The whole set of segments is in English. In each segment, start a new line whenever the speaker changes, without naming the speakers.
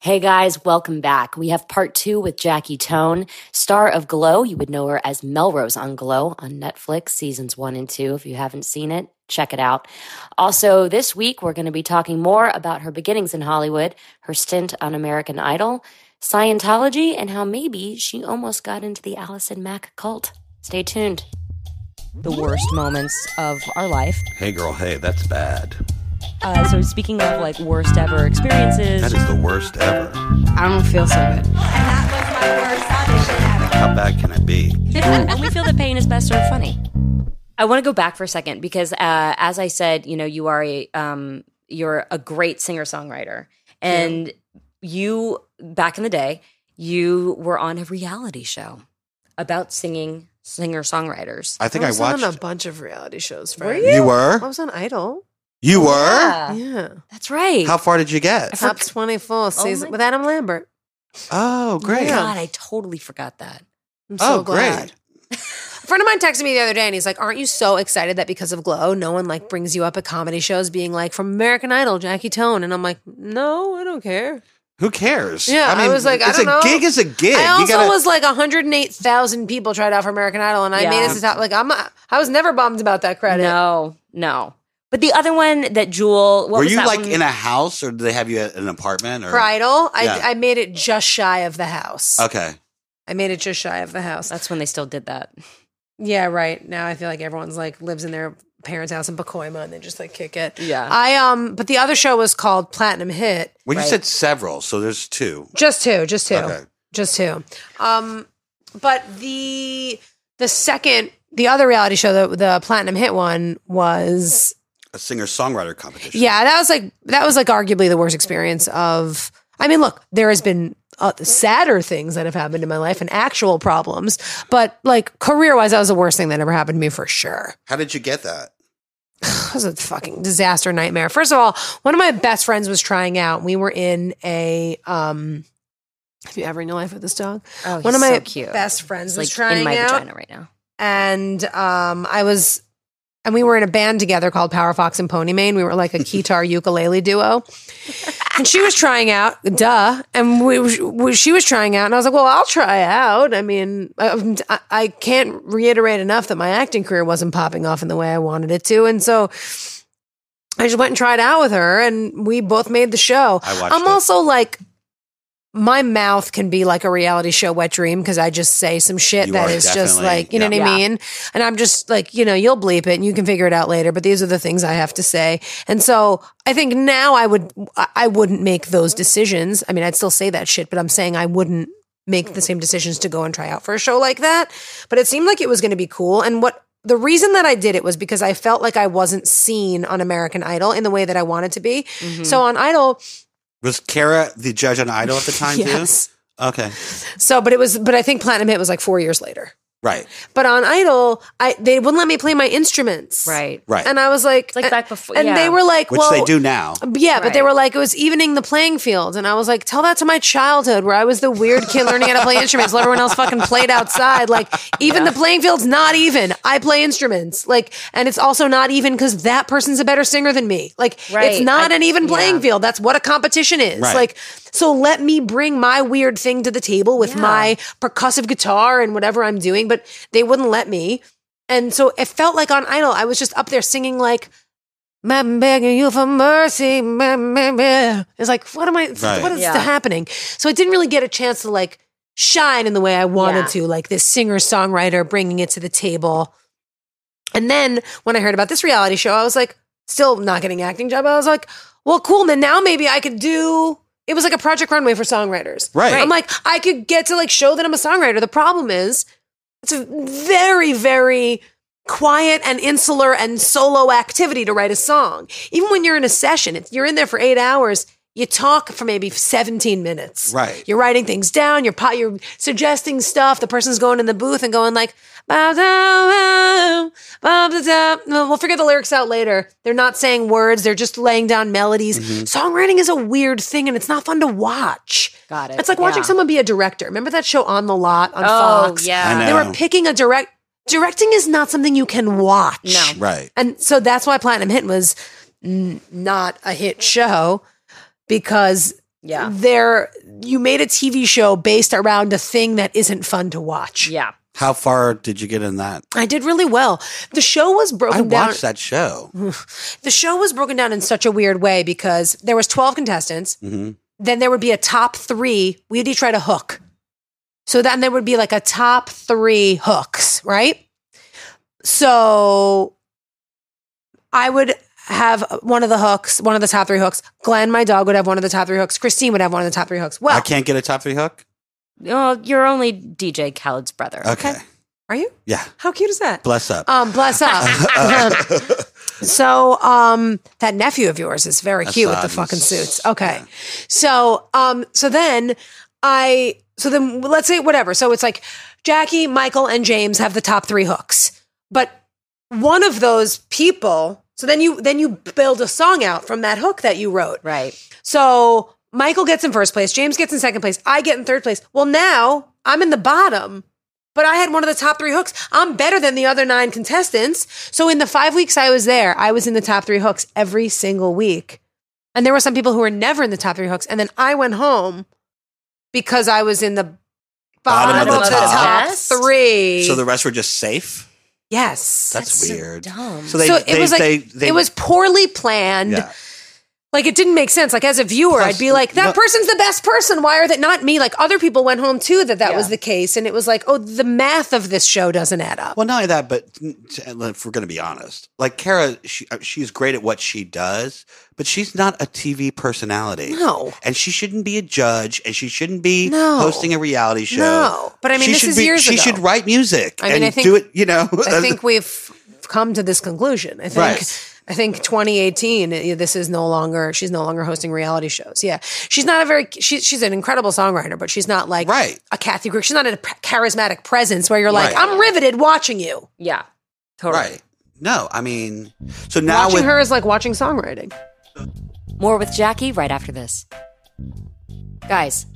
Hey guys, welcome back. We have part two with Jackie Tone, star of Glow. You would know her as Melrose on Glow on Netflix, seasons one and two. If you haven't seen it, check it out. Also, this week, we're going to be talking more about her beginnings in Hollywood, her stint on American Idol, Scientology, and how maybe she almost got into the Allison Mack cult. Stay tuned. The worst moments of our life.
Hey, girl, hey, that's bad.
Uh, so, speaking of like worst ever experiences,
That is the worst ever.
I don't feel so good.
How bad can it be?
Mm.
and we feel that pain is best served funny. I want to go back for a second because, uh, as I said, you know, you are a um, you're a great singer songwriter, and you back in the day you were on a reality show about singing singer songwriters.
I think I,
was on a
watched.
bunch of reality shows.
Were
Fred.
you?
You
I
were.
was on Idol.
You
Ah,
were.
Yeah,
Yeah, Oh
that's right.
How far did you get?
top twenty four season
my-
with Adam Lambert.
Oh, great.
Yeah.
God, I totally forgot that.
I'm so
Oh,
glad.
great.
A friend of mine texted me the other day, and he's like, "Aren't you so excited that because of Glow, no one like brings you up at comedy shows, being like from American Idol, Jackie Tone?" And I'm like, "No, I don't care."
Who cares?
Yeah, I was like, I
it's
don't
a
know.
gig is a gig.
I
you
also
gotta,
was like 108,000 people tried out for American Idol, and I
Yeah.
made it to the top. Like I'm, I was never bummed about that credit.
No, no. But the other one that Jewel, what
were
was
you
that
like
one?
in a house, or did they have you at an apartment? Or
For Idol, I,
Yeah.
I made it just shy of the house.
Okay.
I made it just shy of the house.
That's when they still did that.
Yeah, right. Now I feel like everyone's like lives in their parents' house in Pacoima and they just like kick it.
Yeah.
I um but the other show was called Platinum Hit.
Well, you
Right.
said several, so there's two.
Just two, just two.
Okay.
Just two. Um but the the second the other reality show the the Platinum Hit one was
A singer songwriter competition.
yeah, that was like that was like arguably the worst experience of I mean, look, there has been uh, sadder things that have happened in my life and actual problems, but like career-wise that was the worst thing that ever happened to me for sure.
How did you get that?
It was a fucking disaster nightmare. First of all, one of my best friends was trying out. We were in a um have you ever in your life with this dog?
Oh,
One
he's
of my
so cute.
best friends
It's
was
like
trying
in my
out,
vagina right now.
and um, I was, and we were in a band together called Power Fox and Pony Main. We were like a guitar ukulele duo, and she was trying out, duh, and we, we- she was trying out, and I was like, well, I'll try out. I mean, I, I- I can't reiterate enough that my acting career wasn't popping off in the way I wanted it to, and so. I just went and tried out with her, and we both made the show.
I watched
I'm
it.
also like, my mouth can be like a reality show wet dream because I just say some shit
You
that
are
is just
definitely-
like, you know
yeah.
what I mean?
Yeah.
mean? And I'm just like, you know, you'll bleep it and you can figure it out later, but these are the things I have to say. And so I think now I would, I I wouldn't make those decisions. I mean, I'd still say that shit, but I'm saying I wouldn't make the same decisions to go and try out for a show like that. But it seemed like it was going to be cool. And what, the reason that I did it was because I felt like I wasn't seen on American Idol in the way that I wanted to be. So on Idol,
Was Kara the judge on Idol at the time
yes.
too? Okay.
So, but it was, but I think Platinum Hit was like four years later.
Right.
But on Idol, I they wouldn't let me play my instruments.
Right.
Right.
And I was like,
It's like
and-
back before-
and
yeah.
they were like,
Which
well, um,
they do now.
Yeah, but they
Right.
were like, it was evening the playing field, and I was like, tell that to my childhood where I was the weird kid learning how to play instruments, while everyone else fucking played outside. Like, even the playing field's not even. I play instruments, like, and it's also not even because that person's a better singer than me. Like,
Right.
it's not
I-
an even playing
yeah.
field. That's what a competition is.
Right.
Like, so let me bring my weird thing to the table with
Yeah.
my percussive guitar and whatever I'm doing, but they wouldn't let me. And so it felt like on Idol, I was just up there singing like, I'm begging you for mercy. ma- ma- ma." It's like, what am I,
Right.
what is
Yeah.
happening? So I didn't really get a chance to like shine in the way I wanted
Yeah.
to, like this singer songwriter bringing it to the table. And then when I heard about this reality show, I was like, still not getting an acting job. I was like, well, cool. Then now maybe I could do. It was like a Project Runway for songwriters.
Right.
I'm like, I could get to like show that I'm a songwriter. The problem is, it's a very, very quiet and insular and solo activity to write a song. Even when you're in a session, if you're in there for eight hours, you talk for maybe 17 minutes.
Right.
You're writing things down. You're po- you're suggesting stuff. The person's going in the booth and going like, "Bow, dow, bow, bow, da, da." No, we'll figure the lyrics out later. They're not saying words. They're just laying down melodies. Songwriting is a weird thing, and it's not fun to watch.
Got it.
It's like watching
Yeah.
someone be a director. Remember that show On the Lot on
Oh,
Fox?
yeah.
I know.
They were picking a direct. Directing is not something you can watch.
No.
Right.
And so that's why Platinum Hit was n- not a hit show because
Yeah.
There, you made a TV show based around a thing that isn't fun to watch.
Yeah.
How far did you get in that?
I did really well. The show was broken
I
down. Mm-hmm.
watched that show.
The show was broken down in such a weird way because there was 12 contestants.
Mhm.
Then there would be a top three. We'd each write a hook. So then there would be like a top three hooks, right? So I would have one of the hooks, one of the top three hooks. Glenn, my dog, would have one of the top three hooks. Christine would have one of the top three hooks. Well,
I can't get a top three hook.
Well, you're only DJ Khaled's brother.
Okay.
are you?
Yeah.
How cute is that?
Bless up.
Um, bless up.
Uh,
so, um, that nephew of yours is very cute with the
Assange.
fucking suits. Okay. So, um, so then I, so then let's say whatever. So it's like Jackie, Michael, and James have the top three hooks, but one of those people. So then you then you build a song out from that hook that you wrote.
Right.
So Michael gets in first place, James gets in second place, I get in third place. Well, now I'm in the bottom, but I had one of the top three hooks. I'm better than the other nine contestants. So in the five weeks I was there, I was in the top three hooks every single week. And there were some people who were never in the top three hooks. And then I went home because I was in the bottom, of, the, top,
best?
three.
so the rest were just safe.
yes.
That's,
so
weird.
dumb.
So they,
so it
they,
was like
they, they,
it was poorly planned.
yeah.
Like it didn't make sense. Like as a viewer,
Plus,
I'd be like, "That
no-
person's the best person. Why are that not me?" Like other people went home too that that was
Yeah.
the case, and it was like, "Oh, the math of this show doesn't add up."
Well, not only that, but uh, if we're going to be honest, like Kara, she, uh, she's great at what she does, but she's not a TV personality.
No.
And she shouldn't be a judge and she shouldn't be
No.
hosting a reality show.
No. But I mean,
she
this
should
is
be,
years
She
ago.
should write music
I mean,
and
I think-
do it, you know.
I think we've come to this conclusion. I think.
Uh, Right.
I think 2018. eh, This is no longer. She's no longer hosting reality shows. Yeah, she's not a very. She, she's an incredible songwriter, but she's not like
Right.
a Kathy Griffin. She's not a p- charismatic presence where you're like,
Right.
"I'm riveted watching you."
Yeah. Totally.
right. No, I mean, so now
watching
with
her is like watching songwriting.
More with Jackie right after this. Guys,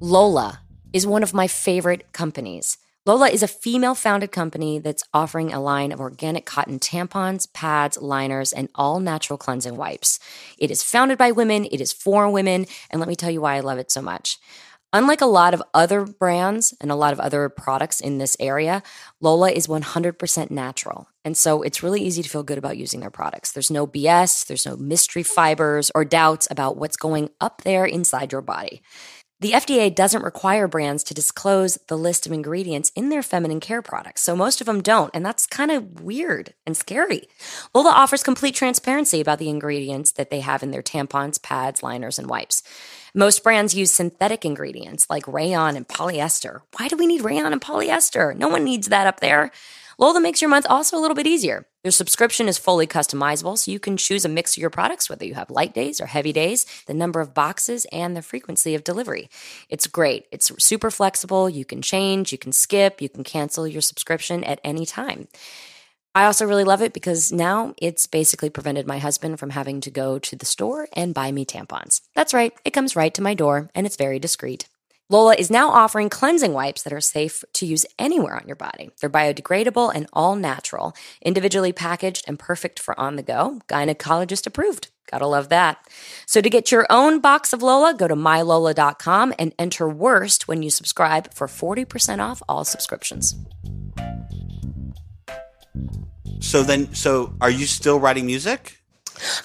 Lola is one of my favorite companies. Lola is a female founded company that's offering a line of organic cotton tampons, pads, liners, and all natural cleansing wipes. It is founded by women, it is for women, and let me tell you why I love it so much. Unlike a lot of other brands and a lot of other products in this area, Lola is 100% natural. And so it's really easy to feel good about using their products. There's no BS, there's no mystery fibers or doubts about what's going up there inside your body. The FDA doesn't require brands to disclose the list of ingredients in their feminine care products, so most of them don't, and that's kind of weird and scary. Lola offers complete transparency about the ingredients that they have in their tampons, pads, liners, and wipes. Most brands use synthetic ingredients like rayon and polyester. Why do we need rayon and polyester? No one needs that up there. Lola makes your month also a little bit easier. Your subscription is fully customizable, so you can choose a mix of your products, whether you have light days or heavy days, the number of boxes, and the frequency of delivery. It's great. It's super flexible. You can change, you can skip, you can cancel your subscription at any time. I also really love it because now it's basically prevented my husband from having to go to the store and buy me tampons. That's right, it comes right to my door and it's very discreet. Lola is now offering cleansing wipes that are safe to use anywhere on your body. They're biodegradable and all natural, individually packaged and perfect for on the go, gynecologist approved. Gotta love that. So to get your own box of Lola, go to mylola.com and enter worst when you subscribe for 40% off all subscriptions.
so then so are you still writing music?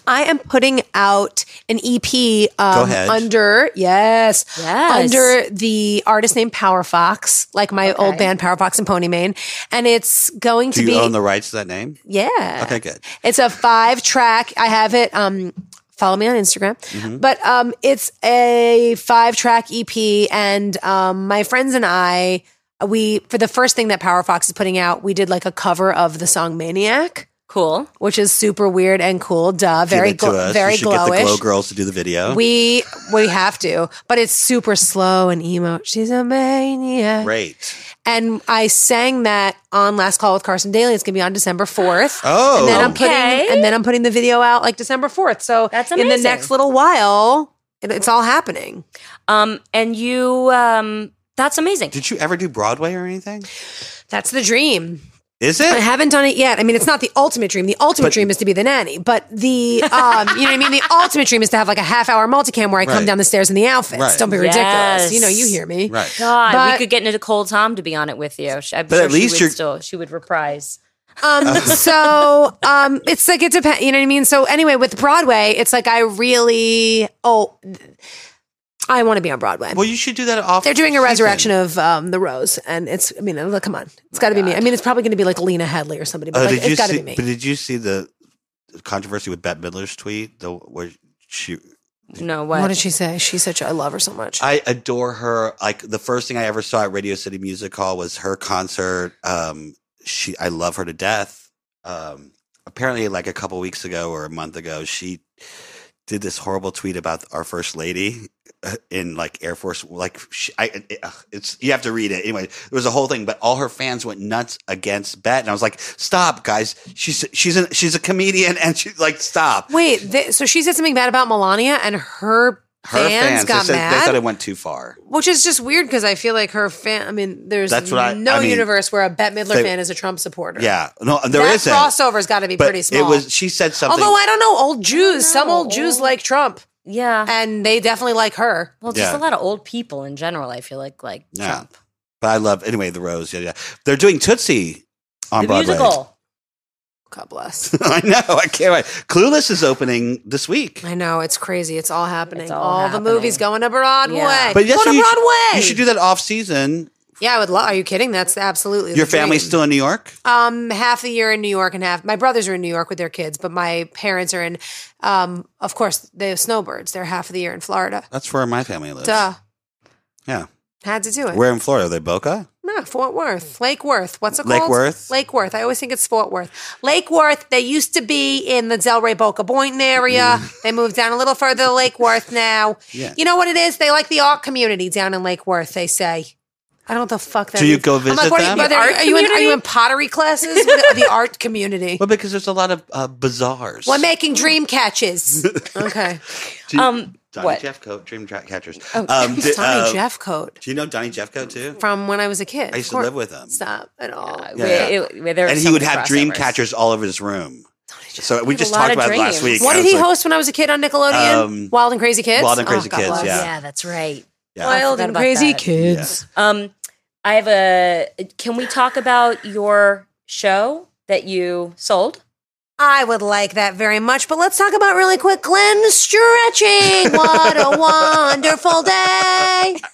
I am putting out an EP um,
Go ahead.
under yes,
Yes.
under the artist name Power Fox, like my old band Power Fox and Pony Mane, and it's going
Do
to
you
be
own the rights to that name?
yeah.
Okay, good.
It's a five track. I have it. Um, follow me on Instagram.
Mm-hmm.
But um, it's a five track EP, and um, my friends and I, we for the first thing that Power Fox is putting out, we did like a cover of the song Maniac.
Cool.
Which is super weird and cool, duh.
Give
Very,
it to
gl-
us.
very
we should get the glow
glowish.
girls to do the video.
We we have to, but it's super slow and emo. She's a maniac.
Great.
And I sang that on Last Call with Carson Daly. It's gonna be on December fourth.
Oh.
and then I'm
Okay.
putting and then I'm putting the video out like December fourth. So
That's
in the
amazing.
next little while, it, it's all happening.
Um, and you, um, that's amazing.
Did you ever do Broadway or anything?
That's the dream.
Is
I
it?
haven't done it yet. I mean, it's not the ultimate dream. The ultimate
But-
dream is to be the nanny, but the um, you know what I mean. The ultimate dream is to have like a half hour multicam where I come
Right.
down the stairs in the outfits.
Right.
Don't be
Yes.
ridiculous. You know, you hear me.
Right.
God, we
But-
could get Nicole Tom to be on it with you. Sh- I'm
But
sure
at
she
least
would
you're-
still she would reprise.
Um, so um, it's like it depends. You know what I mean. So anyway, with Broadway, it's like I really oh, I want to be on Broadway.
Well, you should do that off.
They're doing a
season.
resurrection of um, the Rose, and it's. I mean, look, come on, it's got to be me. I mean, it's probably going to be like Lena Headley or somebody, but
Oh,
like,
did you
it's got to
see?
be me.
But did you see the controversy with Bette Midler's tweet? The where she
No, what?
What did she say? She said, "I love her so much."
I adore her. Like the first thing I ever saw at Radio City Music Hall was her concert. Um, she, I love her to death. Um, apparently, like a couple weeks ago or a month ago, she did this horrible tweet about our first lady uh, in like Air Force. Like she, I, it, ugh, it's you have to read it anyway. It was a whole thing, but all her fans went nuts against Bet, and I was like, "Stop, guys! She's she's a, she's a comedian, and she's like, stop."
Wait, th- so she said something bad about Melania, and her,
Her
fans,
they
got
said- they
mad,
thought it went too far.
which is just weird because I feel like her fan. I mean, there's
That's what I-
no
I mean,
universe where a Bette Midler
they-
fan is a Trump supporter.
Yeah, no, there
that
isn't.
crossover's got to be pretty small.
It was. She said something.
Although I don't know, old Jews, some
know.
old Jews like Trump,
yeah.
and they definitely like her.
Well, just
Yeah.
a lot of old people in general. I feel like like
Yeah.
Trump.
but I love anyway. The Rose. Yeah, yeah. They're doing Tootsie on
the
Broadway.
musical.
God bless.
I know. I can't wait. Clueless is opening this week.
I know it's crazy. It's all happening.
It's all
all the movies going to Broadway.
Yeah.
But yes,
Go
you,
to
should-
Broadway.
you should do that off season.
Yeah, I would love. Are you kidding? That's absolutely
Your
the dream.
family's still in New York.
Um, half the year in New York and half my brothers are in New York with their kids, but my parents are in. Um, of course, the snowbirds. They're half of the year in Florida.
That's where my family lives.
Duh,
Yeah.
had to do it.
We're in Florida. Are they Boca?
no, Fort Worth, Lake Worth. What's it
Lake
called?
Worth?
Lake Worth. I always think it's Fort Worth. Lake Worth. They used to be in the Delray Boca Boynton area. They moved down a little further to Lake Worth now.
Mm. Yeah.
You know what it is? They like the art community down in Lake Worth. They say. I don't know what the fuck that
Do you
means.
go
I'm like,
visit
what are you,
them?
brother,
The art
are, you in, are you
community?
in pottery classes? What- the art community.
Well, because there's a lot of uh, bazaars.
We're making dream catches. okay.
Do you-
Um,
Donnie
what?
Jeffcoat, Dream Dra- Catchers.
Donny
um, di- uh,
Jeffcoat
Do you know Donnie Jeffcoat too?
from when I was a kid.
I used to
Of course.
live with him.
Stop at all.
Uh,
Yeah,
where-
yeah.
it- where there are
and he
so
would
many
have dream
crossovers.
catchers all over his room. So we
had a
just
lot
talked
of
about it last
dreams.
week.
What
I
did
was
he
like,
host when I was a kid on Nickelodeon?
Um,
Wild and Crazy Kids. Oh,
Wild and Crazy
God
Kids,
bless.
yeah.
Oh, Yeah, that's right.
Yeah.
I
Wild
forgot
and
about
Crazy
that.
Kids.
Um, I have a. Can we talk about your show that you sold?
I would like that very much, but let's talk about really quick Glenn stretching. What a wonderful day.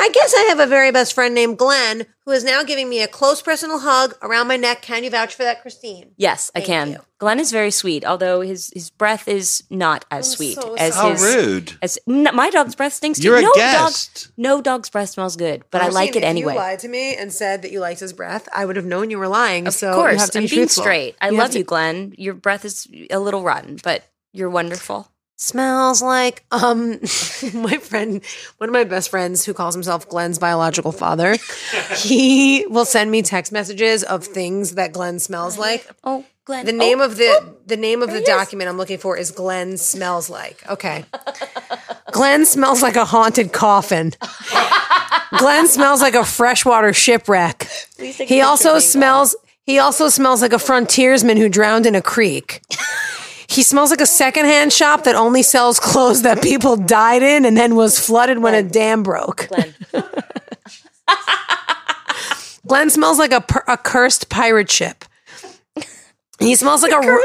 I guess I have a very best friend named Glenn who is now giving me a close personal hug around my neck. Can you vouch for that, Christine?
Yes, I
Thank
can.
you.
Glenn is very sweet, although his his breath is not as
I'm
sweet
so
as
How
his.
rude.
As n- my dog's breath stinks. too.
Oh, You're a
no
guest.
Dog, no dog's breath smells good, but I like it
Christine, if
anyway.
You lied to me and said that you liked his breath. I would have known you were lying.
of
so
course,
you have to
I'm
be
being
truthful.
straight. I
You have
love
to-
you, Glenn. Your breath is a little rotten, but you're wonderful.
Smells like um, my friend, one of my best friends who calls himself Glenn's biological father. he will send me text messages of things that Glenn smells like.
Oh, Glenn.
The name
oh,
of the the name of the
he is.
document I'm looking for is Glenn smells like. Okay. Glenn smells like a haunted coffin. Glenn smells like a freshwater shipwreck. He also smells he also smells like a frontiersman who drowned in a creek. He smells like a secondhand shop that only sells clothes that people died in and then was flooded when a dam broke.
Glenn.
Glenn smells like a, per- a cursed pirate ship. He smells like a, ra-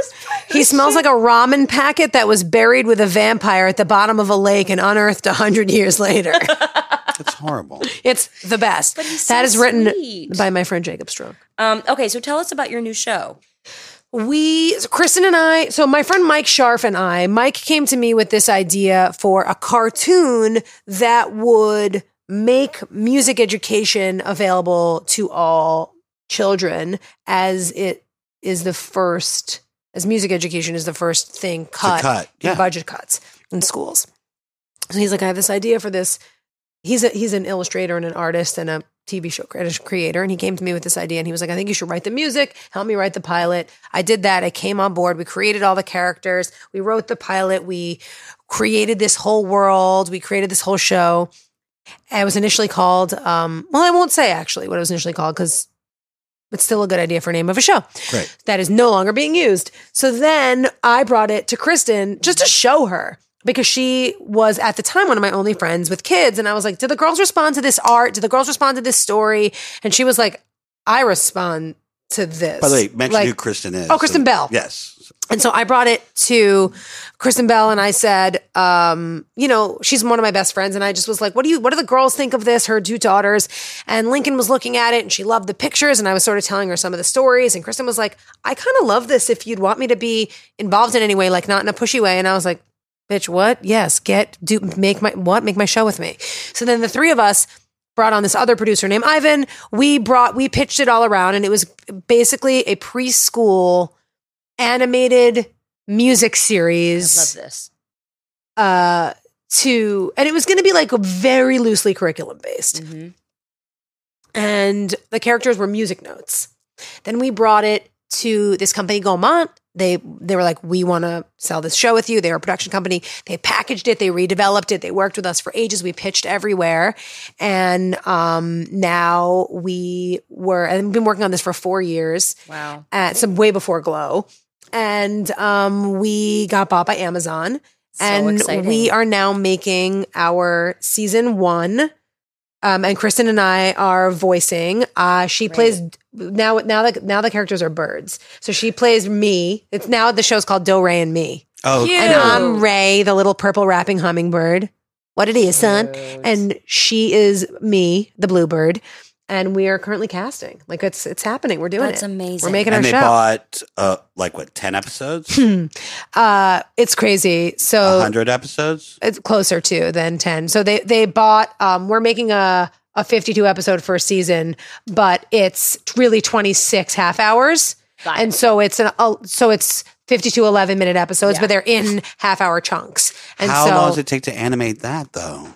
he smells like a ramen packet that was buried with a vampire at the bottom of a lake and unearthed a hundred years later.
That's horrible.
it's the best.
so
That is written
sweet.
by my friend Jacob Strong.
Um, okay, so tell us about your new show.
we so Kristen and I so my friend Mike Sharf and I Mike came to me with this idea for a cartoon that would make music education available to all children as it is the first as music education is the first thing cut,
cut,
in
yeah.
budget cuts in schools so he's like I have this idea for this he's a he's an illustrator and an artist and a TV show cre- creator. And he came to me with this idea and he was like, I think you should write the music, help me write the pilot. I did that. I came on board. We created all the characters. We wrote the pilot. We created this whole world. We created this whole show. And It was initially called, um, well, I won't say actually what it was initially called because It's still a good idea for a name of a show
Right.
that is no longer being used. So then I brought it to Kristen just to show her because she was at the time one of my only friends with kids. And I was like, Did the girls respond to this art? Did the girls respond to this story? And she was like, I respond to this.
By the way, mention
Like-
who Kristen is.
Oh, Kristen Bell.
Yes.
And so I brought it to Kristen Bell and I said, um, you know, she's one of my best friends. And I just was like, what do you, what do the girls think of this? Her two daughters. And Lincoln was looking at it and she loved the pictures. And I was sort of telling her some of the stories. And Kristen was like, I kind of love this if you'd want me to be involved in any way, like not in a pushy way. And I was like, bitch, what? Yes, get, do, make my, what? Make my show with me. So then the three of us, brought on this other producer named Ivan. We brought we pitched it all around and it was basically a preschool animated music series
love this.
uh to and it was going to be like very loosely curriculum based
Mhm.
and the characters were music notes then we brought it to this company Gaumont they they were like we want to sell this show with you they were a production company they packaged it they redeveloped it they worked with us for ages we pitched everywhere and um now we were and we've been working on this for 4 years
Wow.
at some way before Glow, and um, we got bought by Amazon,
So
and
exciting.
we are now making our season one. Um, and Kristen and I are voicing. Uh, she
Great.
plays now. Now the now the characters are birds. So she plays me. It's now the show's called Do Ray and Me,
Oh,
Cute.
and
Ew.
I'm Ray, the little purple rapping hummingbird. What it is, son? And she is me, the bluebird. And we are currently casting. Like it's it's happening. We're doing
That's
it.
amazing.
We're making our
and they
show.
bought uh, like what ten episodes,
Hmm. uh, it's crazy.
A
So
hundred episodes.
it's closer to than 10. So they, they bought, um, we're making a, a 52 episode first season, but it's really 26 half hours.
Got
And so it's an, uh, so it's 52, 11 minute episodes,
Yeah.
but they're in half hour chunks. And
How
so
long does it take to animate that though?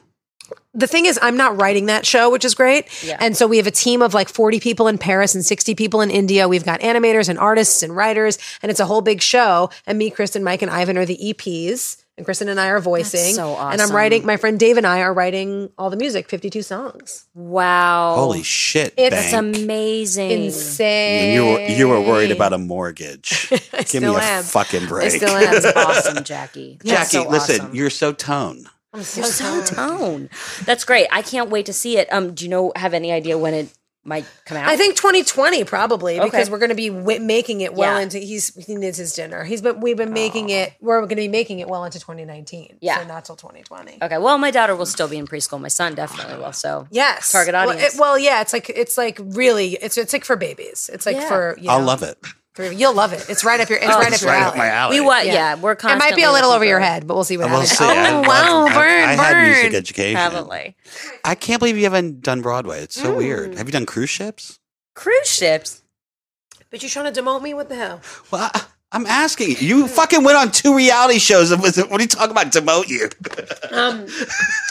the thing is, I'm not writing that show, which is great.
Yeah.
And so we have a team of like 40 people in Paris and 60 people in India. We've got animators and artists and writers, and it's a whole big show. And me, Kristen, Mike, and Ivan are the EPs, and Kristen and I are voicing.
so
And I'm
awesome.
writing, my friend Dave and I are writing all the music, 52 songs.
wow.
Holy shit!
It's
It's
Bank.
amazing.
Insane.
You were, you were worried about a mortgage.
I
Give me
still
a
am.
fucking break.
I still am.
That's awesome, Jackie. That's
Jackie,
so
listen,
awesome.
you're so tone.
I'm so
You're so
tired.
tone. That's great. I can't wait to see it. Um, do you know have any idea when it might come out?
I think 2020 probably because
Okay.
we're going to be w- making it well
Yeah.
into he's he needs his dinner. He's been we've been making it. We're going to be making it well into 2019.
Yeah.
so not till 2020.
Okay. Well, my daughter will still be in preschool. My son definitely will. So
Yes,
Target
Well,
audience.
it- Well, yeah, it's like it's like really it's it's like for babies. It's like
Yeah.
for you know,
I'll love it.
For, you'll love it. It's right up your it's
Oh,
right
it's
up your
right
alley.
up
my alley.
We what?
Yeah.
Yeah. we're
It
constantly.
might be a little
looking
over your
for-
head, but we'll see what
We'll
happens.
see. I
Oh
love-
wow,
I-
burn,
I,
burn.
had music education.
Heavily.
I can't believe you haven't done Broadway. It's so weird.
Mm.
Have you done cruise ships?
Cruise ships.
But you're trying to demote me? What the hell?
Well, I, I'm asking. You You fucking went on two reality shows. And was, what are you talking about? Demote you?
Um,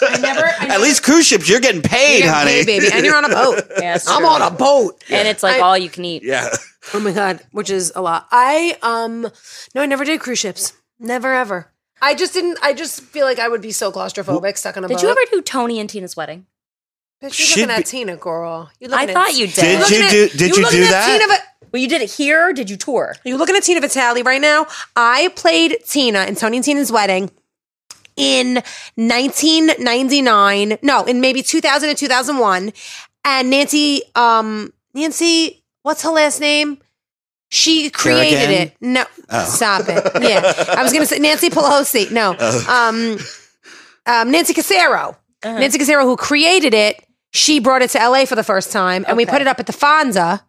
I never. I
At least cruise ships, you're getting paid, honey.
baby, and you're on a boat.
Yeah, it's
I'm
true.
on a boat.
And it's like
I-
all you can eat.
Yeah.
Oh my god, which is a lot. I um no, I never did cruise ships. Never ever. I just didn't. I just feel like I would be so claustrophobic, stuck on a boat.
Did you ever do Tony and Tina's wedding?
Bitch,
Should
you're looking
be-
at Tina, girl. You're
I
looking
thought
at,
you did.
Did you
You're looking
do-
at-
did
you're
you
looking
do
at
that?
Tina, Va-
Well, you did it here. Or did you tour?
Are you looking at Tina Vitale right now? I played Tina in Tony and Tina's wedding in 1999. No, in maybe 2000 and 2001. And Nancy, um, Nancy, what's her last name? She created
Kerrigan?
it. No,
Oh.
stop it. Yeah, I was gonna say Nancy Pelosi. No, um, um, Nancy Casero. Nancy Casero, who created it, she brought it to LA for the first time, and we
Okay.
put it up at the Fonza,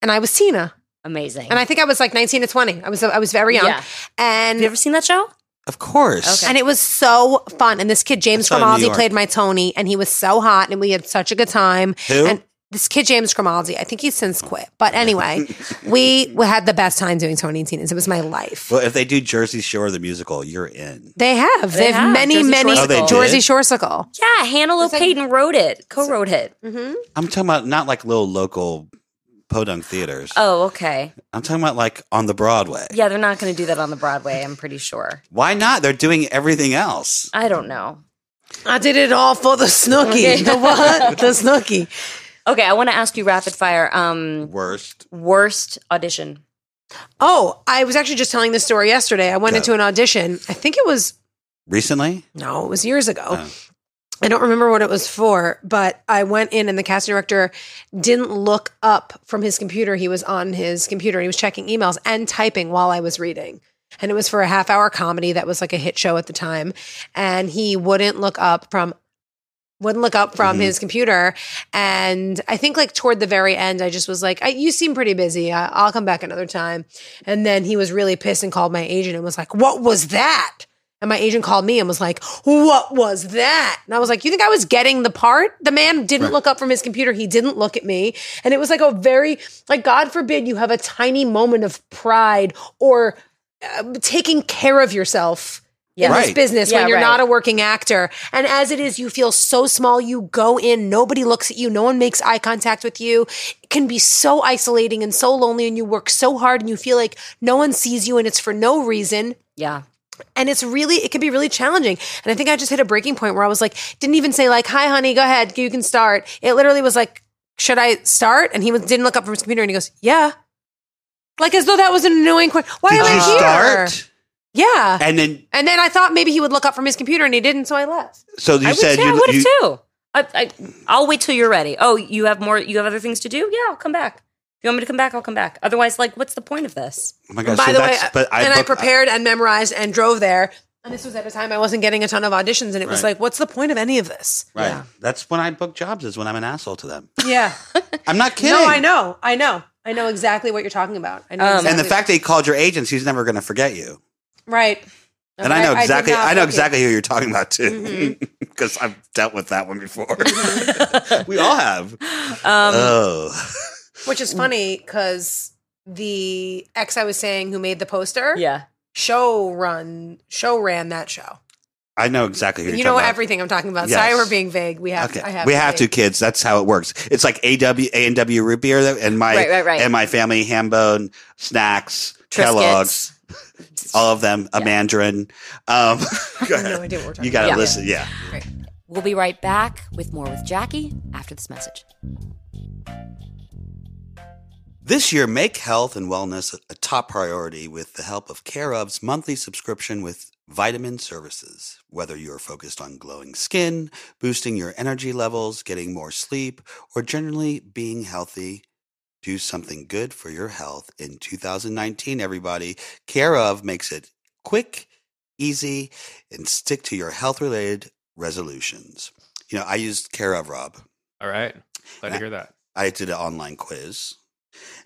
and I was Tina.
Amazing.
And I think I was like 19 to 20. I was I was very young.
Yeah.
And
Have you ever seen that show?
Of course.
and it was so fun. And this kid James
I saw it in New
Grimaldi
York.
played my Tony and he was so hot and we had such a good time.
Who?
And this kid James Grimaldi, I think he's since quit. But anyway, we had the best time doing Tony and Tina's. It was my life.
Well, if they do Jersey Shore the musical, you're in.
They have. They,
They
have,
have.
many,
Jersey
many
Shore Oh,
they Circle.
Jersey
did?
Shore Circle.
Yeah, Hannah Lowe Payton wrote it, Mm-hmm. co-wrote it.
I'm talking about not like little local podunk theaters.
Oh, okay.
I'm talking about like on the Broadway.
Yeah, they're not going to do that on the Broadway. I'm pretty sure.
Why not? They're doing everything else.
I don't know.
I did it all for the Snooky. The what? the Snooky.
Okay, I want to ask you rapid fire. Um,
Worst.
worst audition.
Oh, I was actually just telling this story yesterday. I went
Go.
into an audition. I think it was
Recently?
no, it was years ago.
Oh.
I don't remember what it was for, but I went in and the casting director didn't look up from his computer. He was on his computer and he was checking emails and typing while I was reading. And it was for a half hour comedy that was like a hit show at the time. And he wouldn't look up from wouldn't look up from
Mhm.
his computer. And I think like toward the very end, I just was like, I, you seem pretty busy. I, I'll come back another time. And then he was really pissed and called my agent and was like, What was that? And my agent called me and was like, What was that? And I was like, You think I was getting the part? The man didn't
Right.
look up from his computer. He didn't look at me. And it was like a very, like, God forbid you have a tiny moment of pride or uh, taking care of yourself
Yeah.
in this
Right.
business
Yeah,
when you're
right.
not a working actor. And as it is, you feel so small. You go in, nobody looks at you, no one makes eye contact with you. It can be so isolating and so lonely, and you work so hard and you feel like no one sees you and it's for no reason.
Yeah.
And it's really, it can be really challenging. And I think I just hit a breaking point where I was like, didn't even say like, hi, honey, go ahead, you can start. It literally was like, should I start? And he was, didn't look up from his computer and he goes, yeah. Like as though that was an annoying question. Why
Did
am I
you
here?
start?
Yeah.
And then,
And then I thought maybe he would look up from his computer, and he didn't, so I left.
so you
I would
said
say I
you,
would have
you-
too. I, I, I'll wait till you're ready. Oh, you have more. You have other things to do. Yeah, I'll come back. If you want me to come back, I'll come back. Otherwise, like, what's the point of this?
Oh my gosh.
By
so
the way,
that's, but I
and I
booked-
prepared and memorized and drove there. And this was at a time I wasn't getting a ton of auditions, and it was
Right.
like, what's the point of any of this?
Right.
Yeah.
That's when I book jobs, is when I'm an asshole to them.
Yeah.
I'm not kidding.
no, I know, I know, I know exactly what you're talking about. I know
Um,
exactly.
And the fact that he called your agents, he's never going to forget you.
right?
And I know
did
exactly.
not
I, know
book Mm-hmm. it.
exactly who you're talking about too, because I've dealt with that one before. we all have.
Um,
oh,
Which is funny because the ex I was saying who made the poster,
yeah.
show run, show ran that show.
I know exactly who you're
You
talking
know
about.
everything I'm talking about.
Yes.
Sorry, we're being vague. We have,
Okay,
I have
we
to
have
be.
to, kids. That's how it works. It's like AW, A and W root beer, though, and my
Right, right, right.
and my family ham bone snacks, Kellogg's,
Triscuits.
all of them, a mandarin. Um, go
I have No
ahead.
idea what we're talking
You got to
Yeah.
listen. Yeah.
We'll be right back with more with Jackie after this message.
This year, make health and wellness a top priority with the help of Care of's monthly subscription with vitamin services. Whether you are focused on glowing skin, boosting your energy levels, getting more sleep, or generally being healthy, do something good for your health in 2019, everybody. Care of makes it quick, easy, and stick to your health related resolutions. You know, I used Care of, Rob.
All right.
Yeah.
Glad to hear that.
I did an online quiz,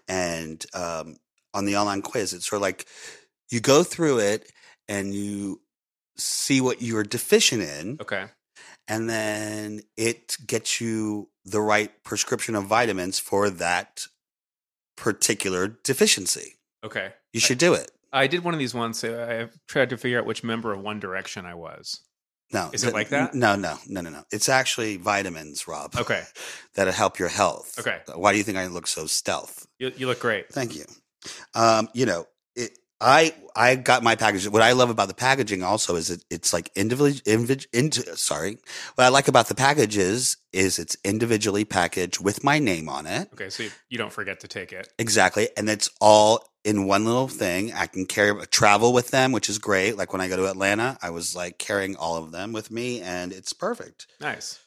and um, on the online quiz, it's sort of like you go through it and you see what you're deficient in,
Okay.
and then it gets you the right prescription of vitamins for that particular deficiency.
Okay.
You should do it.
I did one of these once. so I have tried to figure out which member of One Direction I was.
No,
Is it
th-
like that?
No, no, no, no, no. It's actually vitamins, Rob.
Okay.
that'll help your health.
Okay.
Why do you think I look so stealth?
You, you look great.
Thank you. Um, you know, it, I I got my package. What I love about the packaging also is it, it's like individual. Invid, int- sorry, what I like about the packages is it's individually packaged with my name on it.
Okay. So you, you don't forget to take it.
Exactly, and it's all in one little thing. I can carry travel with them, which is great. Like when I go to Atlanta, I was like carrying all of them with me, and it's perfect.
Nice.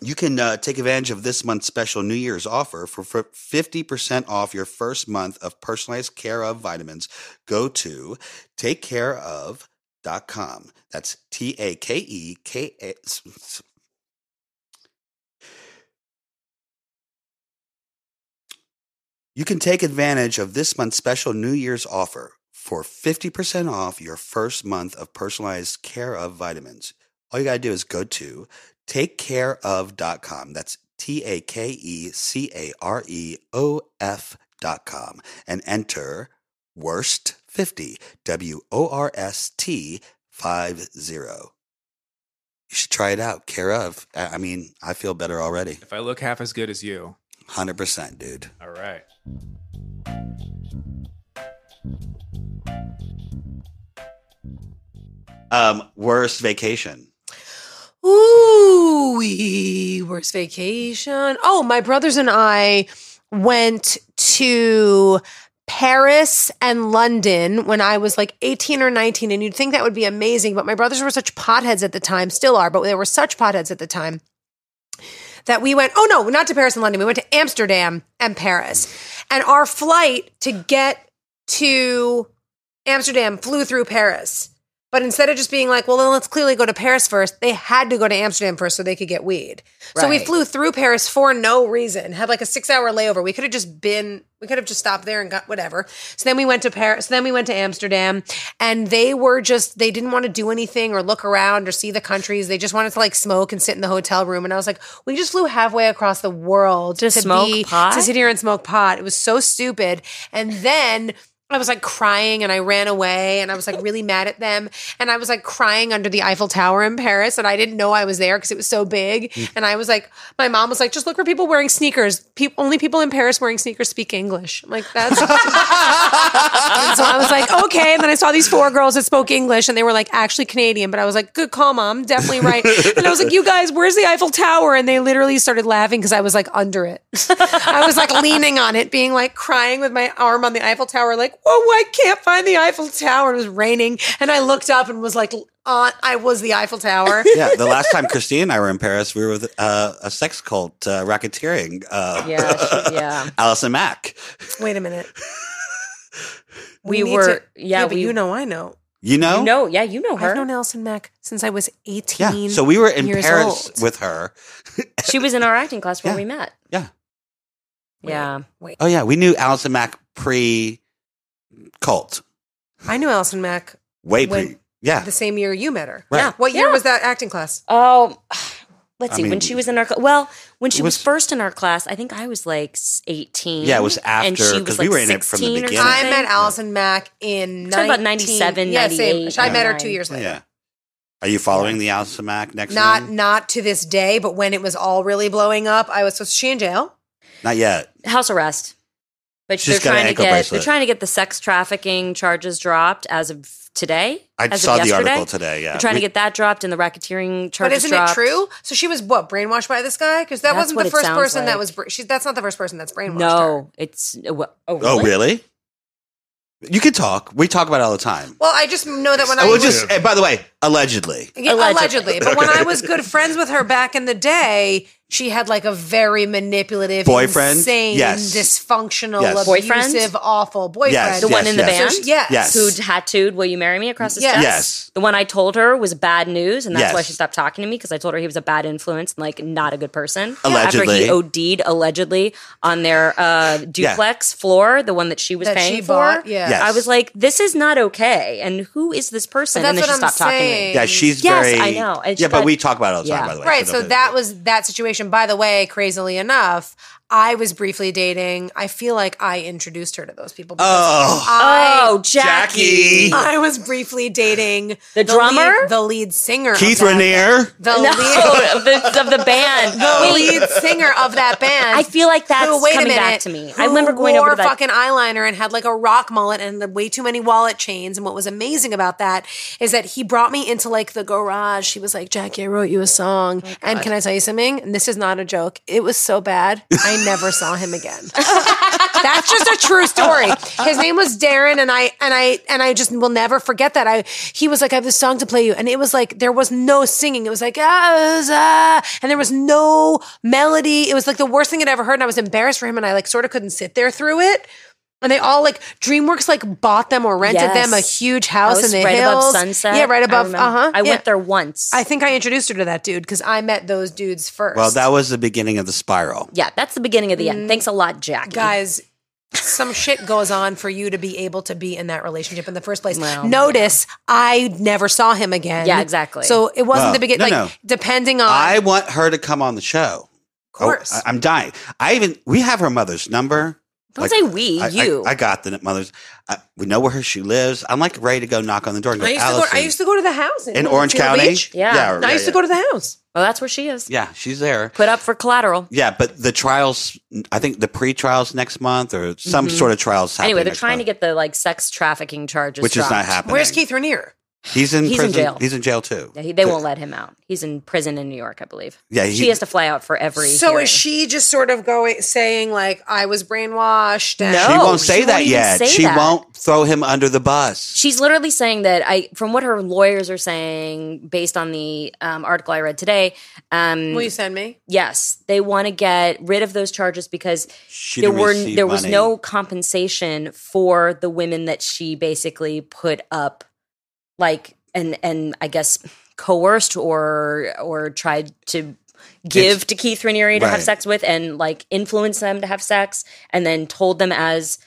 You can uh, take advantage of this month's special New Year's offer for for 50% off your first month of personalized care of vitamins. Go to takecareof.com. That's T A K E K A. s- s- You can take advantage of this month's special New Year's offer for 50% off your first month of personalized care of vitamins. All you got to do is go to takecareof.com. That's T A K E C A R E O F.com and enter worst50, W O R S T 50. You should try it out. Care of. I I mean, I feel better already.
If I look half as good as you,
100%, dude.
all right.
Um, worst vacation.
Ooh, we worst vacation. Oh, my brothers and I went to Paris and London when I was like 18 or 19. And you'd think that would be amazing. But my brothers were such potheads at the time, still are, but they were such potheads at the time that we went, oh no, not to Paris and London. We went to Amsterdam and Paris. And our flight to get to Amsterdam flew through Paris. But instead of just being like, well, then let's clearly go to Paris first, they had to go to Amsterdam first so they could get weed. So we
Right.
flew through Paris for no reason, had like a six hour layover. We could have just been, we could have just stopped there and got whatever. So then we went to Paris, so then we went to Amsterdam, and they were just, they didn't want to do anything or look around or see the countries. They just wanted to like smoke and sit in the hotel room. And I was like, we just flew halfway across the world
To smoke pot?
to sit here and smoke pot. It was so stupid. And then I was like crying and I ran away and I was like really mad at them. And I was like crying under the Eiffel Tower in Paris and I didn't know I was there because it was so big.
Mm.
And I was like, my mom was like, just look for people wearing sneakers. Peop only people in Paris wearing sneakers speak English. I'm like, that's. and so I was like, okay. And then I saw these four girls that spoke English and they were like actually Canadian. But I was like, good call, mom. Definitely right. And I was like, you guys, where's the Eiffel Tower? And they literally started laughing because I was like under it. I was like leaning on it, being like crying with my arm on the Eiffel Tower, like, oh, I can't find the Eiffel Tower. It was raining. And I looked up and was like, uh, I was the Eiffel Tower.
Yeah, the last time Christine and I were in Paris, we were with uh, a sex cult uh, racketeering. Uh,
Yeah, she- yeah.
Allison Mack.
Wait a minute.
We
need
were-
to-
yeah,
but
we-
you know, I know.
You know?
You know, yeah, you know her.
I've known Alison Mack since I was 18.
Yeah. So we were in
years
Paris
old.
with her.
She was in our acting class where
Yeah.
we met.
Yeah.
Yeah.
Wait,
Oh yeah, we knew Allison Mack pre cult.
I knew Alison Mack
Way pre.
When-
yeah.
the same year you met her.
Right.
Yeah. What year
Yeah.
was that acting class?
Oh, let's
I
see. when
mean-
she was in our cl- well, when she was,
was-
first in our class, I think I was like s- eighteen.
Yeah, it was
and she
after-
was
'cause we
like
were in it from the
16 or
beginning. Yeah.
I
something.
met Alison Mack in
It's about
19
97,
yeah, same.
98,
I met her
99.
two years later.
oh, yeah. Are you following the Allison Mack next
Not
one?
not to this day, but when it was all really blowing up, I was supposed to she in jail.
Not yet.
house arrest. But
She's
they're
got an
trying to
ankle
get
bracelet.
they're trying to get the sex trafficking charges dropped as of today.
I
as
saw
of
the
yesterday.
article today. Yeah.
They're trying
We-
to get that dropped and the racketeering charges
But isn't
dropped.
it true? So she was what brainwashed by this guy because that
That's
wasn't
what
the
it
first
sounds
person that
like.
was. Bra- she, that's not the first person that's brainwashed. her.
No, it's oh, really?
Oh really? You can talk. We talk about it all the time.
Well, I just know that when I
I will
was
just. eh, by the way, allegedly.
Yeah, allegedly.
Allegedly.
But when I was good friends with her back in the day, she had like a very manipulative
Boyfriend?
insane,
Yes.
dysfunctional,
Yes.
Boyfriend?
abusive, awful boyfriend.
Yes,
The one
yes,
in the
yes.
band?
So she- yes.
Yes.
Who tattooed "Will you marry me?" across his
Yes.
chest?
Yes.
The one I told her was bad news, and that's
Yes.
why she stopped talking to me because I told her he was a bad influence and like not a good person. after
Allegedly.
he OD'd allegedly on their uh, duplex floor, the one that she was
That
paying
she
for.
bought, yeah.
Yes.
I was like, "This is not okay," and who is this person?
But
and then
that's
she
what I'm
stopped talking to
saying.
me.
Yeah, she's
Yes,
very.
I know. And she
Yeah, but
got-
we talk about it all the time.
Yeah.
By the way,
Right. So
don't-
that was that situation. By the way, crazily enough, I was briefly dating. I feel like I introduced her to those people. because
Oh,
I,
Oh, Jackie. Oh,
Jackie.
I was briefly dating
The drummer?
lead, the lead singer, of
Keith
that-
Raniere.
the
No,
lead,
of the, of the band.
the
Wait,
lead singer of that band.
I feel like that's
who, wait
coming
a minute,
back to me. I
who
remember going
wore
over to that
fucking eyeliner and had like a rock mullet and the way too many wallet chains. And what was amazing about that is that he brought me into like the garage. He was like, Jackie, I wrote you a song.
Oh
and can I tell you something? And this is not a joke. It was so bad. I never saw him again. That's just a true story. His name was Darren, and I and I and I just will never forget that. I he was like, I have this song to play you, and it was like there was no singing. It was like ah, was, ah," and there was no melody. It was like the worst thing I'd ever heard, and I was embarrassed for him, and I like sort of couldn't sit there through it. And they all like DreamWorks like bought them or rented
Yes.
them a huge house,
house
in the
right
hills.
above Sunset.
Yeah, right
I,
above.
remember.
Uh huh.
I went there once.
I think I introduced her to that dude because I met those dudes first.
Well, Oh, that was the beginning of the spiral.
yeah, that's the beginning of the
Mm-hmm.
end. Thanks a lot, Jackie.
guys some shit goes on for you to be able to be in that relationship in the first place
Well,
notice i never saw him again
Yeah, exactly.
so it wasn't
Well,
the beginning
no,
like
no.
depending on
I
of
want her to come on the show. Oh,
course
I, am dying. I even we have her mother's number.
Don't say we,
I, I-
you.
I, got the mother's. I, we know where she lives. I'm like ready to go knock on the door. And go,
I used, to go, I
"Allison,"
used to go to the house
in Orange
Seal
County.
Beach.
Yeah.
yeah.
i used to go to the house
well, that's where she is.
Yeah, she's there.
Put up for collateral.
Yeah, but the trials. I think the pre-trials next month or some sort of trials.
Mm-hmm. Anyway,
happening
they're
next
trying to
month,
get the like sex trafficking charges,
which is not
dropped.
happening.
where's keith Raniere?
He's in
He's in
prison.
jail.
He's in jail too.
They, they won't let him out. He's in prison in New York, I believe.
Yeah, he-
she has to fly out for every.
So
hearing.
is she just sort of going saying like I was brainwashed? And
No.
She
Oh,
won't say
she won't
that
even
yet.
say
she
that.
won't throw him under the bus.
She's literally saying that I, from what her lawyers are saying, based on the um, article I read today, um,
Will you send me?
yes, they want to get rid of those charges because
She
there
didn't
were
receive
there was
money.
no compensation for the women that she basically put up, like and and I guess coerced or or tried to give to Keith Raniere to have
Right.
sex with and like influence them to have sex and then told them as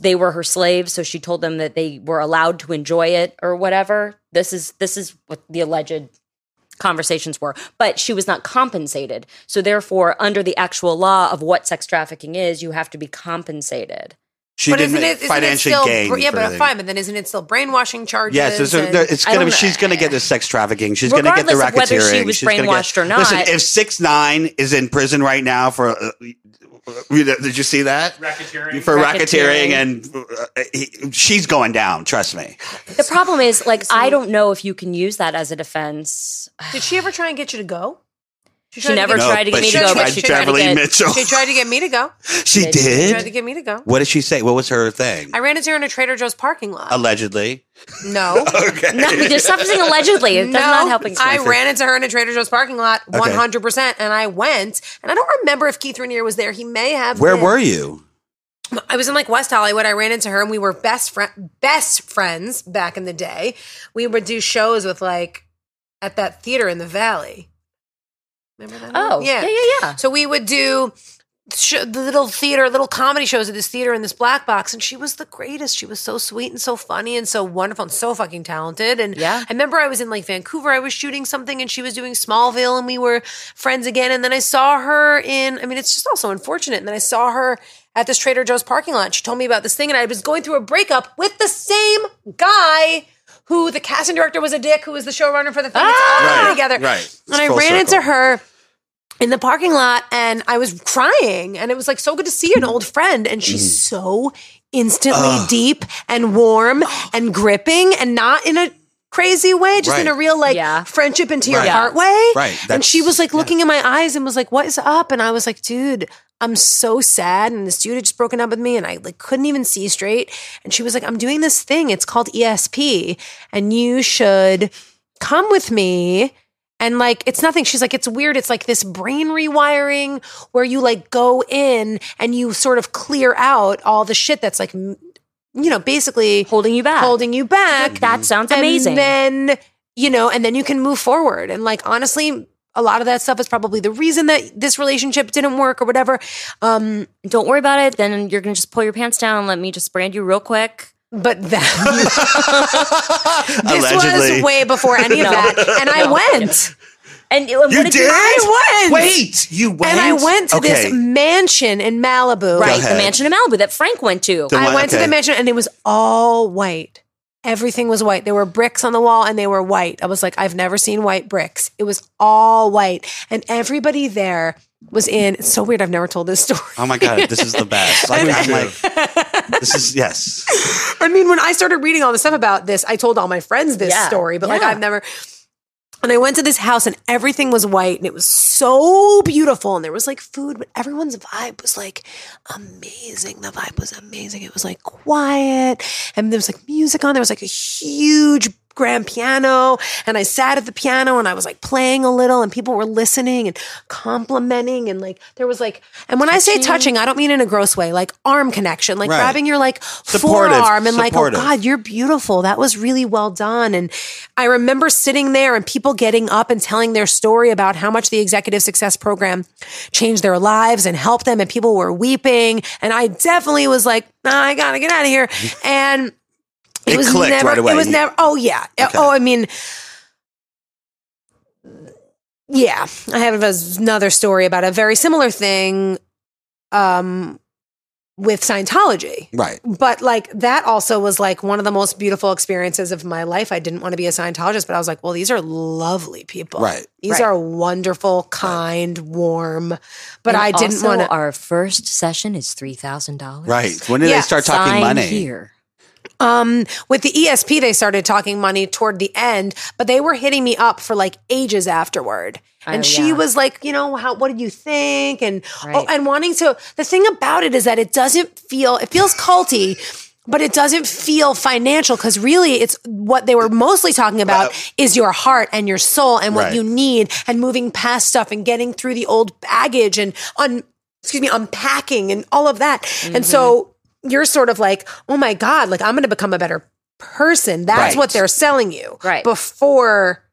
they were her slaves so she told them that they were allowed to enjoy it or whatever this is this is what the alleged conversations were but she was not compensated so therefore under the actual law of what sex trafficking is you have to be compensated
She didn't make financially
still,
gain.
Yeah,
for
but
anything.
fine. But then isn't it still brainwashing charges?
Yes, it's,
and-
it's
I
gonna.
don't
She's gonna get the sex trafficking. She's gonna get the
Regardless
racketeering.
of whether she was
she's gonna get-
brainwashed or not.
Listen, if six nine is in prison right now for, uh, you know, did you see that
Racketeering.
for
Racketeering.
racketeering, and uh, he, she's going down. Trust me.
the problem is like i don't know if you can use that as a defense
Did she ever try and get you to go?
she never
No,
tried to get
but
me to
she
go
tried
but she tried to
Beverly
get
Mitchell.
She tried to get me to go.
She
did.
She tried to
did.
get me to go.
What did she say? What was her thing?
I ran into her in a Trader Joe's parking lot.
Allegedly.
no.
Okay.
no there's something allegedly it's
no,
not helping
I ran into her in a Trader Joe's parking lot, one hundred percent, and I went. And I don't remember if Keith Raniere was there. He may have.
Where
been.
were you?
I was in like West Hollywood. I ran into her, and we were best friend, best friends back in the day. We would do shows with like at that theater in the Valley. Remember that?
oh yeah yeah yeah, yeah.
So we would do sh- the little theater, little comedy shows at this theater in this black box, and she was the greatest. She was so sweet and so funny and so wonderful and so fucking talented. And
Yeah.
I remember I was in like Vancouver. I was shooting something, and she was doing Smallville, and we were friends again. And then I saw her in. I mean, it's just also unfortunate. And then I saw her. At this Trader Joe's parking lot, she told me about this thing, and I was going through a breakup with the same guy who the casting director was a dick, who was the showrunner for the thing. it's all coming together.
Right.
And I
Full
ran into
circle.
her in the parking lot and I was crying. And it was like so good to see an old friend. And she's
Mm-hmm.
so instantly deep and warm and gripping and not in a crazy way, just in
Right.
a real like
Yeah.
friendship into your
Right.
heart way.
Right.
and she
That's-
was like
yeah.
looking in my eyes and was like, What is up? And I was like, Dude, I'm so sad. And this dude had just broken up with me and I like couldn't even see straight. And she was like, I'm doing this thing. It's called ESP. And you should come with me. And like, it's nothing. She's like, it's weird. It's like this brain rewiring where you like go in and you sort of clear out all the shit that's like, m- you know, basically
holding you back
holding you back.
that sounds amazing
And then, you know, and then you can move forward. And like, honestly, a lot of that stuff is probably the reason that this relationship didn't work or whatever. Um,
don't worry about it. Then you're gonna just pull your pants down. and Let me just brand you real quick.
but that, this
Allegedly.
was way before any of
No.
that. And I
No.
went.
And, and
You
what did,
did?
I went.
Wait, you went.
And I went to
okay.
this mansion in Malibu.
Right, the
ahead.
mansion in Malibu that Frank went to.
The
I
one-
went to
okay.
the mansion and it was all white. Everything was white. There were bricks on the wall and they were white. I was like, I've never seen white bricks. It was all white. And everybody there was in. It's so weird. I've never told this story.
Oh my god, this is the best. Like, I'm like, this is yes.
I mean, when I started reading all the stuff about this, I told all my friends this
Yeah.
story, but like
Yeah.
I've never. And I went to this house and everything was white and it was so beautiful. And there was like food, but everyone's vibe was like amazing. The vibe was amazing. It was like quiet and there was like music on. There was like a huge grand piano. And I sat at the piano and I was like playing a little and people were listening and complimenting. And like there was like, and when I say touching, I don't mean in a gross way, like arm connection, like
Right.
grabbing your like
Supportive,
forearm and like, oh
supportive.
God, you're beautiful. That was really well done. And I remember sitting there and people getting up and telling their story about how much the executive success program changed their lives and helped them. And people were weeping. And I definitely was like, "Ah, I gotta get out of here. And it,
It
was
clicked
never,
right away.
it was
You-
never, oh yeah. Oh, I mean, yeah, I have another story about a very similar thing um, with Scientology.
Right.
But like that also was like one of the most beautiful experiences of my life. I didn't want to be a Scientologist, but I was like, well, these are lovely people.
Right.
These
Right.
are wonderful, kind, warm. But
And
I didn't
also,
want to.
Our first session is three thousand dollars.
Right. When did
Yeah,
they start talking
Sign
money?
here.
Um, with the ESP, they started talking money toward the end, but they were hitting me up for like ages afterward. And
Oh,
she
yeah.
was like, you know, how what did you think? And
Right.
oh, and wanting to. The thing about it is that it doesn't feel. It feels culty. But it doesn't feel financial because really it's what they were mostly talking about is your heart and your soul and what
Right.
you need and moving past stuff and getting through the old baggage and un, excuse me, unpacking and all of that. And so
Mm-hmm.
you're sort of like, oh my God, like I'm going to become a better person. That's
Right.
what they're selling you
Right.
before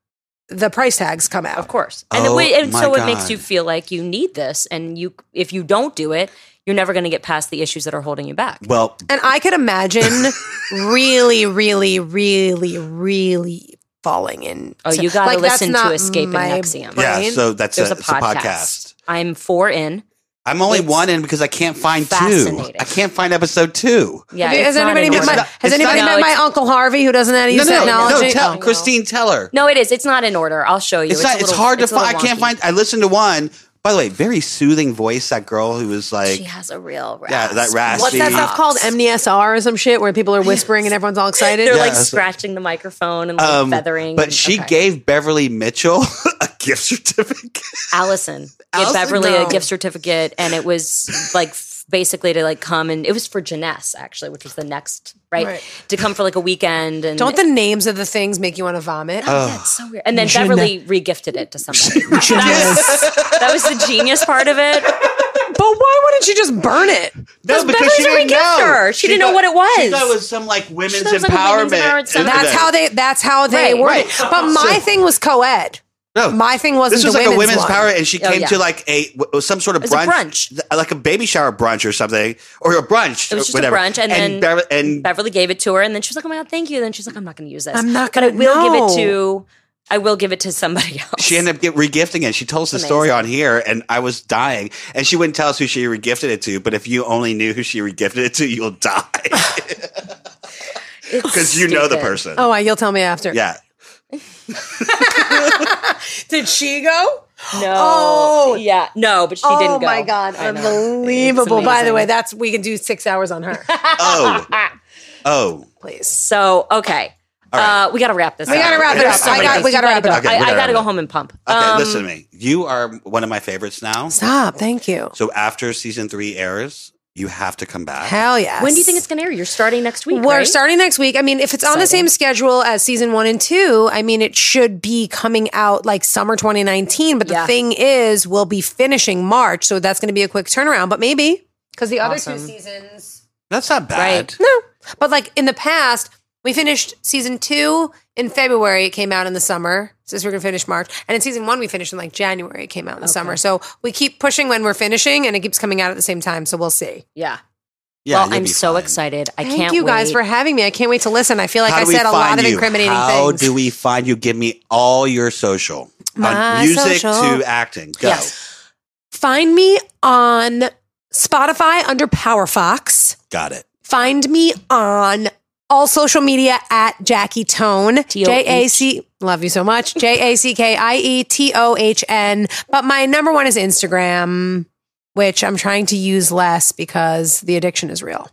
the price tags come out.
Of course. And,
Oh
it, wa- and
my
so it makes
God.
you feel like you need this. And you, if you don't do it, you're never going to get past the issues that are holding you back.
Well,
And I could imagine really, really, really, really falling in.
Oh, you got to listen to Escape and Nexium.
Yeah.
yeah.
Right?
So that's
There's
a,
a
it's a
podcast.
podcast.
I'm four in.
I'm only
It's
one in because I can't find two.
fascinating.
I can't find episode two.
Yeah.
has
it's not
anybody met
in
my,
order.
not-
has
it's
anybody
not-
met
No,
my
it's-
Uncle Harvey who doesn't know how to
No,
use
no, no,
technology?
no, tell,
Oh.
Christine, tell her.
No, it is. It's not in order. I'll show you.
it's, not.
a
it's
little-
hard to
a little
find. I can't
wonky.
find. I listened to one. By the way, very soothing voice. That girl who was like,
She has a real rasp.
Yeah, that raspy-
What's that stuff
Yes.
called? MDSR or some shit where people are whispering and everyone's all excited?
They're
Yeah,
like
it's-
scratching the microphone and like
um,
feathering.
But
and-
she
okay.
gave Beverly Mitchell a gift certificate.
Allison gave
Allison?
Beverly
No.
a gift certificate, and it was like f- basically to like come and it was for Jeunesse actually, which was the next right,
Right.
to come for like a weekend. And
Don't the names of the things make you want to vomit?
Uh,
Oh, that's so weird. And then Beverly regifted it to somebody.
Yes.
that was the genius part of it.
but why wouldn't you just burn it?
No,
Beverly's a gift her. She didn't know what it
She
was.
thought it was some like women's
thought it was, like, a
empowerment.
women's empowerment
event.
summit.
That's how they. That's how they
Right.
were.
Right.
But my
So-
thing was co-ed.
No,
My thing wasn't
This was
the
like a
women's
women's
one.
power, and she
Oh,
came
yeah.
to like a w- some sort of
It was a
brunch,
brunch.
th- uh, like a baby shower brunch or something, or a brunch.
It
or
was just
whatever.
a brunch, and, then
Bev- and
Beverly gave it to her, and then she was like, "Oh my god, thank you." Then she's like, "I'm not going to use this.
I'm not
But I
gonna-
will
no.
give it to. I will give it to somebody else."
she ended up get, regifting it. She tells the story on here, and I was dying. And she wouldn't tell us who she regifted it to, but if you only knew who she regifted it to, you'll die
It's
because you know the
stupid.
person.
Oh, you'll tell me after.
Yeah,
Did she go?
No.
Oh.
yeah. No, but she
oh
didn't go.
my god,
I know.
unbelievable!
It's
By the way,
amazing.
that's we can do six hours on her.
oh, oh,
Please,
So okay, uh, we got to wrap this.
we
up.
gotta wrap it
There's
up.
so
I
many
got,
things.
we
You
gotta wrap it up.
Okay, Uh,
I,
we
I
gotta
gotta
wrap
go
it
home and pump.
okay.
Um,
listen to me. You are one of my favorites now.
Stop. Thank you.
So after season three airs, you have to come back.
Hell yes.
When do you think it's gonna air? You're starting next week.
We're
right?
starting next week. I mean, if it's on the same schedule as season one and two, I mean, it should be coming out like summer 2019. But the
Yeah.
thing is, we'll be finishing March. So that's going to be a quick turnaround. But maybe because the other two seasons.
That's not bad.
Right.
No. But like in the past, we finished season two in February. It came out in the summer. Since we're going to finish March. And in season one, we finished in like January. It came out in the summer. So we keep pushing when we're finishing and it keeps coming out at the same time. So we'll see.
Yeah.
Yeah,
well,
you'll
I'm
be
so
fine.
excited. I
Thank
can't
you guys
wait.
for having me. I can't wait to listen. I feel like
How
I
do we
said a lot
find
of
you?
incriminating
How
things.
do we find you? Give me all your social.
My
On music
social.
to acting. Go.
Yes.
Find me on Spotify under Power Fox.
Got it.
Find me on all social media at Jackie Tone.
T O
J A C. Love you so much. J A C K I E T O H N. But my number one is Instagram, which I'm trying to use less because the addiction is real.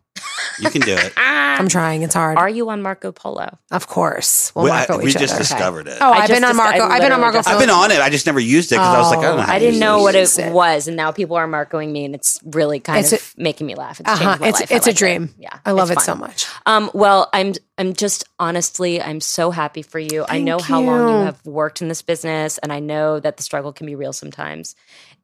You can do it.
I'm trying. It's hard.
Ah. Are you on Marco Polo?
of course. We'll
we I-
Marco
we
each
just
other.
discovered it.
Oh,
I
I've
just
been on
dis-
Marco.
I
I've been
literally
on Marco.
just-
I've
for-
been on it. I just never used it because I was like, I don't
Oh,
know how
I
to
didn't
use
know
this.
what it
Use it.
was, and now people are marcoing me, and it's really kind
It's
of making me laugh. It's
Uh-huh.
changed my
It's-
life. I
it's a
like it.
dream.
Yeah,
I love it
fun.
so much.
Um, well, I'm I'm just honestly I'm so happy for you. I know how long
you.
you have worked in this business, and I know that the struggle can be real sometimes.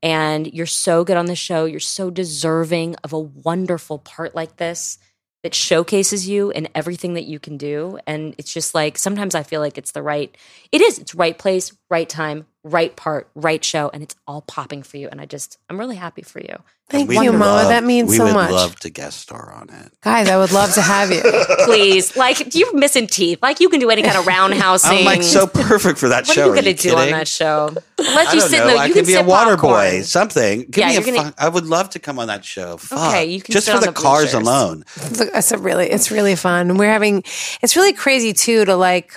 And you're so good on the show. You're so deserving of a wonderful part like this that showcases you and everything that you can do. And it's just like sometimes I feel like it's the right. It is. It's right place, right time, right part, right show, and it's all popping for you. And I just I'm really happy for you.
Thank
We
you,
would
Mama.
love-
that means
we
so
would
much.
love to guest star on it.
Guys, I would love to have you.
Please, like you're missing teeth. Like you can do any kind of roundhousing.
I'm like so perfect for that
What
show.
are you gonna
you
do on
kidding?
that show? Let
I
you
don't
sit
know.
in the.
I
You
could
can
be
sit
a water
popcorn.
boy, something. Give
Yeah,
me a
you're gonna-
fun- I would love to come on that show. Fuck.
you can
just
sit
for
on the
the, cars
bleachers.
alone.
It's a- it's a really, it's really fun. We're having, it's really crazy too to like,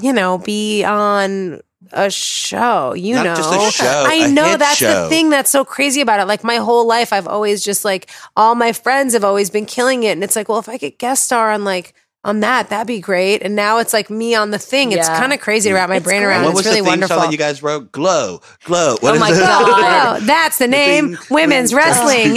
you know, be on a show, you
Not
know.
just a show,
I
a
know
hit
that's the
show.
thing that's so crazy about it. Like my whole life, I've always just like all my friends have always been killing it, and it's like, well, if I could guest star on like on that, that'd be great. And now it's like me on the thing. It's
Yeah.
kind of crazy to wrap my
It's
brain
great.
And
around.
what
it's
was
really
the theme
wonderful.
song that you guys wrote? Glow, glow. What
Oh
is
my
it?
God.
Glow, that's the name.
thing-
Women's wrestling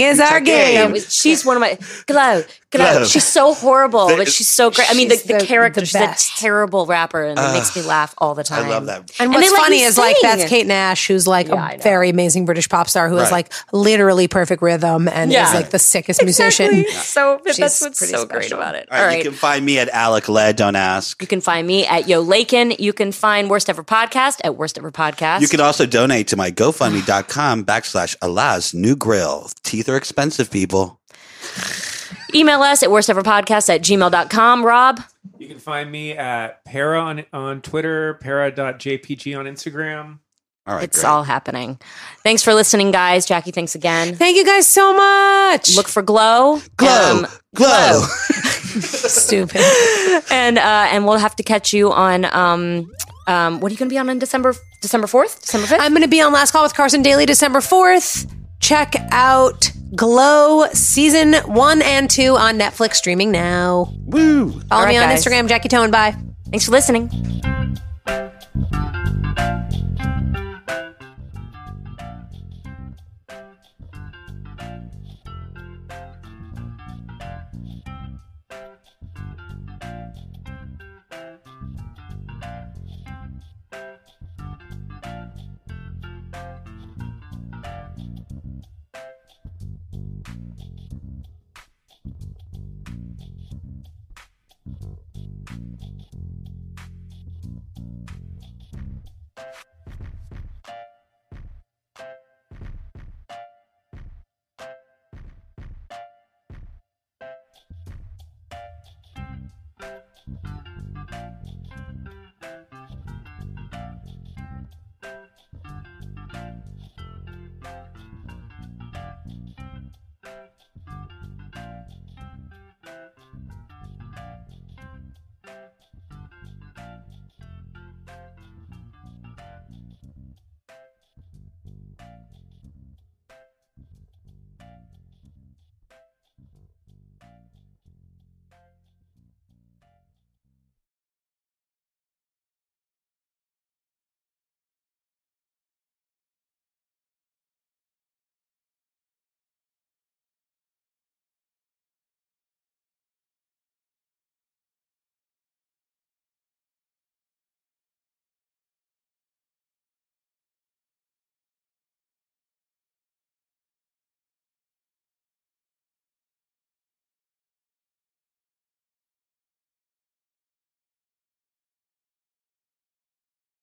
is our
game.
It
game.
was, she's one of my glow, glow.
Glow.
She's so horrible,
The-
but she's so great. I mean, the,
She's
the,
the-
character,
the
she's a
best.
terrible rapper, and it makes me laugh all the time.
I love that.
And
And
what's
they let
funny
you
is like that's
sing.
Kate Nash, who's like
Yeah, I
a
know.
very amazing British pop star who has
Right.
like literally perfect rhythm and
Yeah.
is like the sickest musician.
Exactly. So but that's
She's
what's so
pretty
great
special.
about it.
All right, you can find me at Alec Led. Don't ask.
You can find me at Yo Lakin. You can find Worst Ever Podcast at Worst Ever Podcast.
You can also donate to my GoFundMe.com backslash Alas New Grill. Teeth are expensive, people.
email us at worsteverpodcast at gmail.com. Rob,
You can find me at para on, on Twitter, para.jpg on Instagram.
All right,
it's
great.
all happening. Thanks for listening, guys. Jackie, thanks again.
Thank you guys so much.
Look for Glow.
glow,
Um,
glow.
stupid.
and uh, and we'll have to catch you on um um what are you gonna be on on December December fourth December fifth
I'm going to be on Last Call with Carson Daly December 4th. Check out Glow season one and two on Netflix streaming now. Woo. Follow
All
me
right,
on
guys.
Instagram, Jackie Tone. Bye.
thanks for listening.